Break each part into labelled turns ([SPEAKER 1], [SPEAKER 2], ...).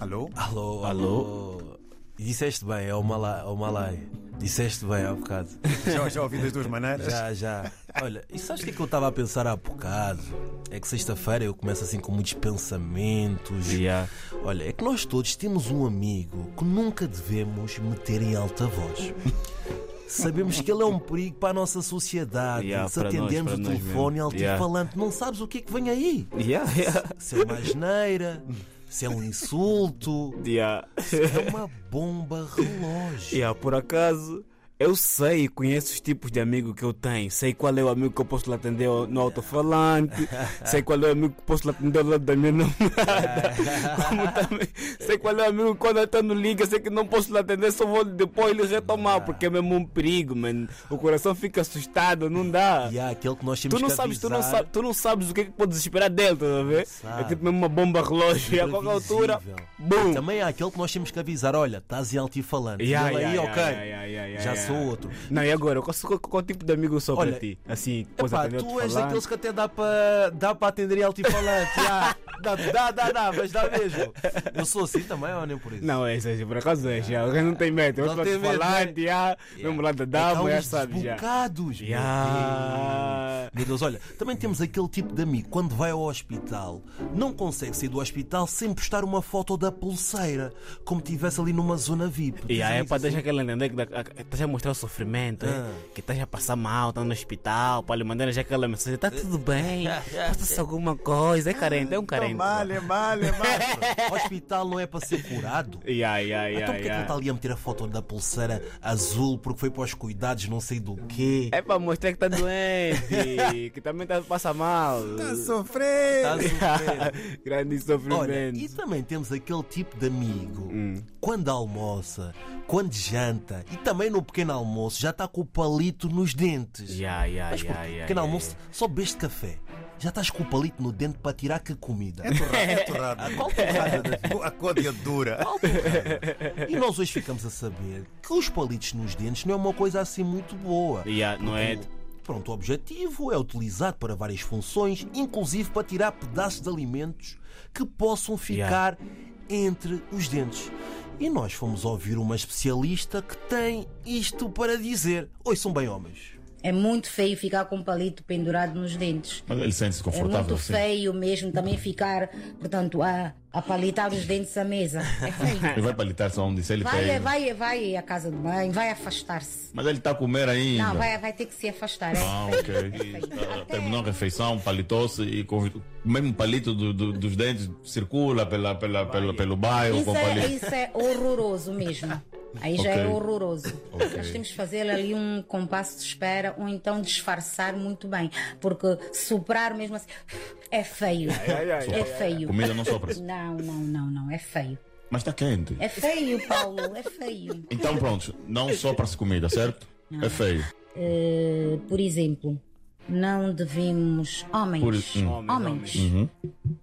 [SPEAKER 1] Alô?
[SPEAKER 2] Alô, alô. Disseste bem, é o Malai. O Malai. Disseste bem há bocado.
[SPEAKER 1] Já, já ouvi das duas maneiras?
[SPEAKER 2] Já, já. Olha, e sabes o que, é que eu estava a pensar há bocado? É que sexta-feira eu começo assim com muitos pensamentos.
[SPEAKER 3] Yeah.
[SPEAKER 2] Olha, é que nós todos temos um amigo que nunca devemos meter em alta voz. Sabemos que ele é um perigo para a nossa sociedade.
[SPEAKER 3] Yeah,
[SPEAKER 2] Se
[SPEAKER 3] para nós,
[SPEAKER 2] atendermos
[SPEAKER 3] para
[SPEAKER 2] o
[SPEAKER 3] nós
[SPEAKER 2] telefone
[SPEAKER 3] mesmo.
[SPEAKER 2] altifalante, não sabes o que é que vem aí.
[SPEAKER 3] Yeah, yeah.
[SPEAKER 2] Se é uma asneira, se é um insulto,
[SPEAKER 3] Yeah.
[SPEAKER 2] é uma bomba relógio.
[SPEAKER 3] Yeah, por acaso, eu sei, conheço os tipos de amigo que eu tenho. Sei qual é o amigo que eu posso lhe atender no alto-falante. sei qual é o amigo que posso lhe atender ao lado da minha namorada. Como também, sei qual é o amigo que quando até não liga, sei que não posso lhe atender, só vou depois lhe retomar, porque é mesmo um perigo, mano. O coração fica assustado, não dá.
[SPEAKER 2] E há aquele que nós temos
[SPEAKER 3] Tu não,
[SPEAKER 2] que
[SPEAKER 3] sabes, tu, não
[SPEAKER 2] avisar.
[SPEAKER 3] sabes, tu não sabes o que é que podes esperar dele, estás a ver?
[SPEAKER 2] Sabe.
[SPEAKER 3] É tipo mesmo uma bomba relógio. E a qualquer altura,
[SPEAKER 2] Imprevisível. Então,
[SPEAKER 3] bum!
[SPEAKER 2] Também há aquele que nós temos que avisar: olha, estás em altifalante. E
[SPEAKER 3] Yeah,
[SPEAKER 2] ele aí,
[SPEAKER 3] yeah,
[SPEAKER 2] ok,
[SPEAKER 3] yeah, yeah, yeah, yeah,
[SPEAKER 2] já
[SPEAKER 3] yeah.
[SPEAKER 2] sou outro.
[SPEAKER 3] Não, e agora? Qual, qual, qual tipo de amigo eu sou
[SPEAKER 2] Olha,
[SPEAKER 3] para ti? Assim, coisa
[SPEAKER 2] Epá,
[SPEAKER 3] atender
[SPEAKER 2] tu és daqueles que até dá para dá para atender em altifalante. já. Dá, dá, dá, dá, mas dá mesmo. Eu sou assim também, ou nem por isso?
[SPEAKER 3] Não, é, é, por acaso é, já. Alguém não tem medo. Eu
[SPEAKER 2] Não
[SPEAKER 3] estou
[SPEAKER 2] tem né?
[SPEAKER 3] te
[SPEAKER 2] medo,
[SPEAKER 3] falando, já. Mesmo lá da
[SPEAKER 2] Então,
[SPEAKER 3] dama, já
[SPEAKER 2] os
[SPEAKER 3] sabe, é, já.
[SPEAKER 2] desbocados, meu
[SPEAKER 3] Já.
[SPEAKER 2] Meu Deus, olha, também temos aquele tipo de amigo quando vai ao hospital, não consegue sair do hospital sem postar uma foto da pulseira, como estivesse ali numa zona VIP.
[SPEAKER 3] E aí, é
[SPEAKER 2] Tens
[SPEAKER 3] para
[SPEAKER 2] amigos
[SPEAKER 3] deixar aquela entender que estás a mostrar o sofrimento,
[SPEAKER 2] Ah.
[SPEAKER 3] é? que estás a passar mal, estás no hospital, para lhe mandar já aquela mensagem: está tudo bem, passa-se alguma coisa, é carente, é um carente.
[SPEAKER 1] Malha, malha, malha.
[SPEAKER 2] assim? hospital não é para ser curado.
[SPEAKER 3] Yeah, yeah,
[SPEAKER 2] Então
[SPEAKER 3] yeah,
[SPEAKER 2] porque é que ele
[SPEAKER 3] yeah.
[SPEAKER 2] está ali a meter a foto da pulseira azul porque foi para os cuidados não sei do quê?
[SPEAKER 3] É para mostrar que está doente, que também tá, passa mal.
[SPEAKER 1] Tá sofrendo.
[SPEAKER 2] Estás a sofrer.
[SPEAKER 3] Grande
[SPEAKER 2] Olha,
[SPEAKER 3] sofrimento.
[SPEAKER 2] e também temos aquele tipo de amigo
[SPEAKER 3] Hum.
[SPEAKER 2] quando almoça, quando janta e também no pequeno almoço já está com o palito nos dentes.
[SPEAKER 3] Yeah, yeah,
[SPEAKER 2] Mas
[SPEAKER 3] yeah,
[SPEAKER 2] porque
[SPEAKER 3] yeah,
[SPEAKER 2] pequeno
[SPEAKER 3] yeah,
[SPEAKER 2] almoço só bebeste café. Já estás com o palito no dente para tirar que comida?
[SPEAKER 1] É torrado.
[SPEAKER 2] Qual torrada da vida?
[SPEAKER 1] A códia dura.
[SPEAKER 2] Qual torrada? E nós hoje ficamos a saber que os palitos nos dentes não é uma coisa assim muito boa.
[SPEAKER 3] Yeah, não é?
[SPEAKER 2] Pronto, o objetivo é utilizado para várias funções, inclusive para tirar pedaços de alimentos que possam ficar entre os dentes. E nós fomos ouvir uma especialista que tem isto para dizer. Oi, são bem homens.
[SPEAKER 4] É muito feio ficar com o palito pendurado nos dentes.
[SPEAKER 5] Ele sente-se
[SPEAKER 4] É
[SPEAKER 5] confortável
[SPEAKER 4] muito
[SPEAKER 5] assim.
[SPEAKER 4] feio mesmo também ficar, portanto, a, a palitar os dentes à mesa. É feio.
[SPEAKER 5] Ele vai palitar só onde se ele
[SPEAKER 4] Vai,
[SPEAKER 5] pega.
[SPEAKER 4] vai, vai à casa de banho, vai afastar-se.
[SPEAKER 5] Mas ele está a comer ainda.
[SPEAKER 4] Não, vai, vai ter que se afastar. É
[SPEAKER 5] Ah,
[SPEAKER 4] feio,
[SPEAKER 5] ok.
[SPEAKER 4] é feio.
[SPEAKER 5] Ah, Terminou a refeição, palitou-se e com o mesmo palito do- do- dos dentes circula pela, pela, pelo, pelo bairro com
[SPEAKER 4] Isso
[SPEAKER 5] o
[SPEAKER 4] é,
[SPEAKER 5] palito.
[SPEAKER 4] isso é horroroso mesmo. Aí já é
[SPEAKER 5] Ok.
[SPEAKER 4] horroroso.
[SPEAKER 5] Ok.
[SPEAKER 4] Nós temos que fazer ali um compasso de espera ou então disfarçar muito bem. Porque soprar mesmo assim é feio.
[SPEAKER 3] ai, ai,
[SPEAKER 4] É feio.
[SPEAKER 5] Comida não sopra-se.
[SPEAKER 4] Não, não, não, não. É feio.
[SPEAKER 5] Mas está quente.
[SPEAKER 4] É feio, Paulo. É feio.
[SPEAKER 5] Então pronto, não sopra-se comida, certo? É feio.
[SPEAKER 4] Eh, por exemplo, não devemos. Homens.
[SPEAKER 5] Por- hum.
[SPEAKER 4] Homens.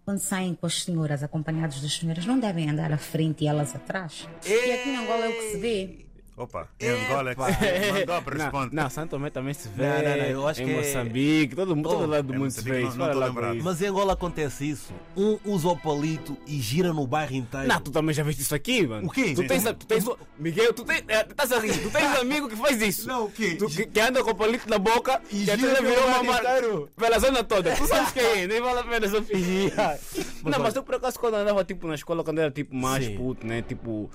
[SPEAKER 4] Quando saem com as senhoras, acompanhados das senhoras, não devem andar à frente e elas atrás. E aqui em Angola é o que se vê.
[SPEAKER 1] Opa, em Angola é que se mandou para
[SPEAKER 3] Não,
[SPEAKER 1] responde.
[SPEAKER 3] não, Santo Tomé também se vê.
[SPEAKER 2] Não, não, não, eu acho
[SPEAKER 3] em
[SPEAKER 2] que é-
[SPEAKER 3] Moçambique, todo, mundo- todo
[SPEAKER 2] Oh,
[SPEAKER 3] lado do
[SPEAKER 1] é
[SPEAKER 3] mundo se
[SPEAKER 1] Moçambique,
[SPEAKER 3] vê.
[SPEAKER 1] não- não
[SPEAKER 3] Olha
[SPEAKER 1] tô
[SPEAKER 3] lá
[SPEAKER 1] lembrado.
[SPEAKER 3] com isso.
[SPEAKER 2] Mas em Angola acontece isso. Um usa o palito e gira no bairro inteiro.
[SPEAKER 3] Não, tu também já viste isso aqui, mano.
[SPEAKER 2] O quê?
[SPEAKER 3] Tu tens, tu tens, Miguel, tu tens, eh, estás a rir, tu tens um amigo que faz isso.
[SPEAKER 2] Não, o quê?
[SPEAKER 3] Tu, que, que anda com o palito na boca
[SPEAKER 2] E
[SPEAKER 3] e que até
[SPEAKER 2] gira
[SPEAKER 3] virou
[SPEAKER 2] pelo
[SPEAKER 3] uma
[SPEAKER 2] bairro inteiro.
[SPEAKER 3] marca pela zona toda. Tu sabes quem é, nem vale a pena só fingir. não, mas eu por acaso quando andava tipo na escola, quando era tipo mais
[SPEAKER 2] Sim.
[SPEAKER 3] puto, né, tipo...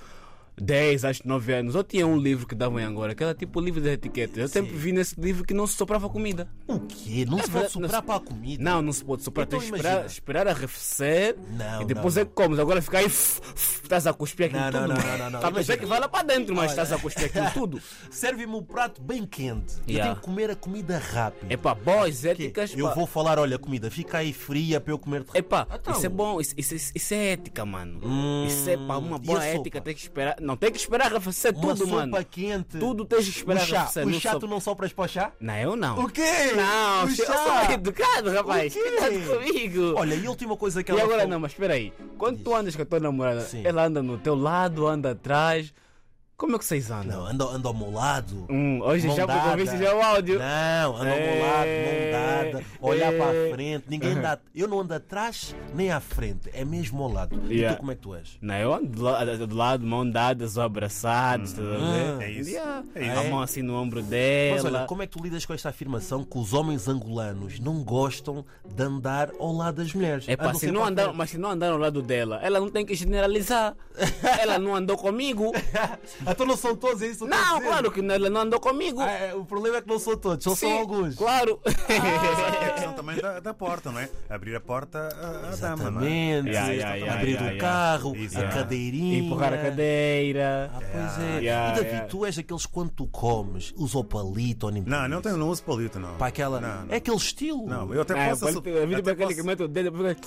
[SPEAKER 3] 10, acho 9 anos, eu tinha um livro que dava em Angola, que era tipo o livro das etiquetas. Eu sempre vi nesse livro que não se soprava comida.
[SPEAKER 2] O quê? É Não se pode
[SPEAKER 3] verdade, não
[SPEAKER 2] soprar
[SPEAKER 3] se-
[SPEAKER 2] para a comida?
[SPEAKER 3] Não, não se pode soprar.
[SPEAKER 2] Então
[SPEAKER 3] Tem que
[SPEAKER 2] imagina.
[SPEAKER 3] esperar, esperar arrefecer
[SPEAKER 2] Não,
[SPEAKER 3] e depois
[SPEAKER 2] não,
[SPEAKER 3] é que comes. Agora fica aí, f- f- estás a cuspir aquilo
[SPEAKER 2] Não, não, não,
[SPEAKER 3] tudo. mano.
[SPEAKER 2] não, não, não.
[SPEAKER 3] Talvez é que vá lá para dentro, mas estás a cuspir aquilo tudo.
[SPEAKER 2] Serve-me um prato bem quente. Eu
[SPEAKER 3] Yeah.
[SPEAKER 2] tenho que comer a comida rápido.
[SPEAKER 3] É pá, boys,
[SPEAKER 2] Quê?
[SPEAKER 3] éticas.
[SPEAKER 2] Eu
[SPEAKER 3] pá.
[SPEAKER 2] vou falar, olha, a comida fica aí fria para eu comer de
[SPEAKER 3] É pá,
[SPEAKER 2] Então.
[SPEAKER 3] isso é bom, isso, isso- isso- isso é ética, mano. isso é pá, uma
[SPEAKER 2] Hum, e
[SPEAKER 3] boa
[SPEAKER 2] a
[SPEAKER 3] ética.
[SPEAKER 2] sopa?
[SPEAKER 3] Tem que esperar. Não, tem que esperar arrefecer
[SPEAKER 2] Uma
[SPEAKER 3] tudo,
[SPEAKER 2] sopa
[SPEAKER 3] mano.
[SPEAKER 2] quente.
[SPEAKER 3] Tudo tens que
[SPEAKER 2] O
[SPEAKER 3] esperar
[SPEAKER 2] chá,
[SPEAKER 3] arrefecer.
[SPEAKER 2] o
[SPEAKER 3] não
[SPEAKER 2] chá
[SPEAKER 3] só-
[SPEAKER 2] tu não sopras para o chá?
[SPEAKER 3] Não, eu não.
[SPEAKER 2] O quê?
[SPEAKER 3] Não,
[SPEAKER 2] O
[SPEAKER 3] eu sou
[SPEAKER 2] chá?
[SPEAKER 3] bem educado, rapaz.
[SPEAKER 2] O quê?
[SPEAKER 3] Cuidado comigo.
[SPEAKER 2] Olha, e a última coisa que
[SPEAKER 3] E
[SPEAKER 2] ela
[SPEAKER 3] agora
[SPEAKER 2] falou-
[SPEAKER 3] não, mas espera aí. Quando tu andas com a tua namorada,
[SPEAKER 2] Sim.
[SPEAKER 3] ela anda no teu lado, anda atrás. Como é que vocês andam?
[SPEAKER 2] Não, anda, anda ao meu lado.
[SPEAKER 3] Hum, hoje
[SPEAKER 2] mão
[SPEAKER 3] já
[SPEAKER 2] dada.
[SPEAKER 3] ouviste já é o áudio.
[SPEAKER 2] Não, anda ao meu lado,
[SPEAKER 3] É,
[SPEAKER 2] mão dada, olhar
[SPEAKER 3] é.
[SPEAKER 2] para a frente. Ninguém dá. Eu não ando atrás nem à frente, é mesmo ao lado. E
[SPEAKER 3] Yeah.
[SPEAKER 2] tu como é que tu és?
[SPEAKER 3] Não, eu ando do la- do lado, mão dada, só abraçados,
[SPEAKER 2] Hum.
[SPEAKER 3] tá
[SPEAKER 2] Ah,
[SPEAKER 3] a ver?
[SPEAKER 1] É isso.
[SPEAKER 3] Yeah.
[SPEAKER 1] É isso.
[SPEAKER 3] A mão assim no ombro dela.
[SPEAKER 2] Mas olha, como é que tu lidas com esta afirmação que os homens angolanos não gostam de andar ao lado das mulheres?
[SPEAKER 3] É pá,
[SPEAKER 2] Andam
[SPEAKER 3] se
[SPEAKER 2] sempre
[SPEAKER 3] não
[SPEAKER 2] à
[SPEAKER 3] andar,
[SPEAKER 2] frente.
[SPEAKER 3] mas se não andar ao lado dela, ela não tem que generalizar. ela não andou comigo.
[SPEAKER 2] Então não são todos, é isso? que eu tô a
[SPEAKER 3] Não,
[SPEAKER 2] dizer?
[SPEAKER 3] claro que não, ela não andou comigo.
[SPEAKER 2] Ah, é, o problema é que não são todos, só
[SPEAKER 3] Sim,
[SPEAKER 2] são alguns.
[SPEAKER 3] Claro.
[SPEAKER 1] É a questão também da, da porta, não é? Abrir a porta à- à dama, não é?
[SPEAKER 2] Exatamente.
[SPEAKER 3] Yeah, yeah, yeah,
[SPEAKER 2] abrir
[SPEAKER 3] yeah,
[SPEAKER 2] o
[SPEAKER 3] yeah.
[SPEAKER 2] carro,
[SPEAKER 1] Isso,
[SPEAKER 2] a
[SPEAKER 1] yeah.
[SPEAKER 2] cadeirinha.
[SPEAKER 3] Empurrar a cadeira.
[SPEAKER 2] Ah, pois é.
[SPEAKER 3] Yeah,
[SPEAKER 2] e David,
[SPEAKER 3] yeah.
[SPEAKER 2] tu és daqueles quando tu comes, usa o palito ou nem
[SPEAKER 1] Não, não, tenho, não uso palito, não.
[SPEAKER 2] Para aquela.
[SPEAKER 1] Não, não.
[SPEAKER 2] É aquele estilo.
[SPEAKER 1] Não, eu até
[SPEAKER 3] Ah,
[SPEAKER 1] posso.
[SPEAKER 3] pode ter- a vida
[SPEAKER 1] até
[SPEAKER 3] para aquele que
[SPEAKER 1] posso-
[SPEAKER 3] mete o dedo. depois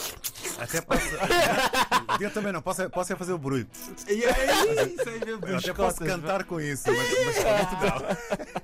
[SPEAKER 3] vai-
[SPEAKER 1] Até posso. Eu também não, posso, posso é fazer o barulho.
[SPEAKER 2] É isso aí mesmo,
[SPEAKER 1] Eu
[SPEAKER 2] dos
[SPEAKER 1] até posso
[SPEAKER 2] cotas,
[SPEAKER 1] cantar com isso, mas, mas palito não.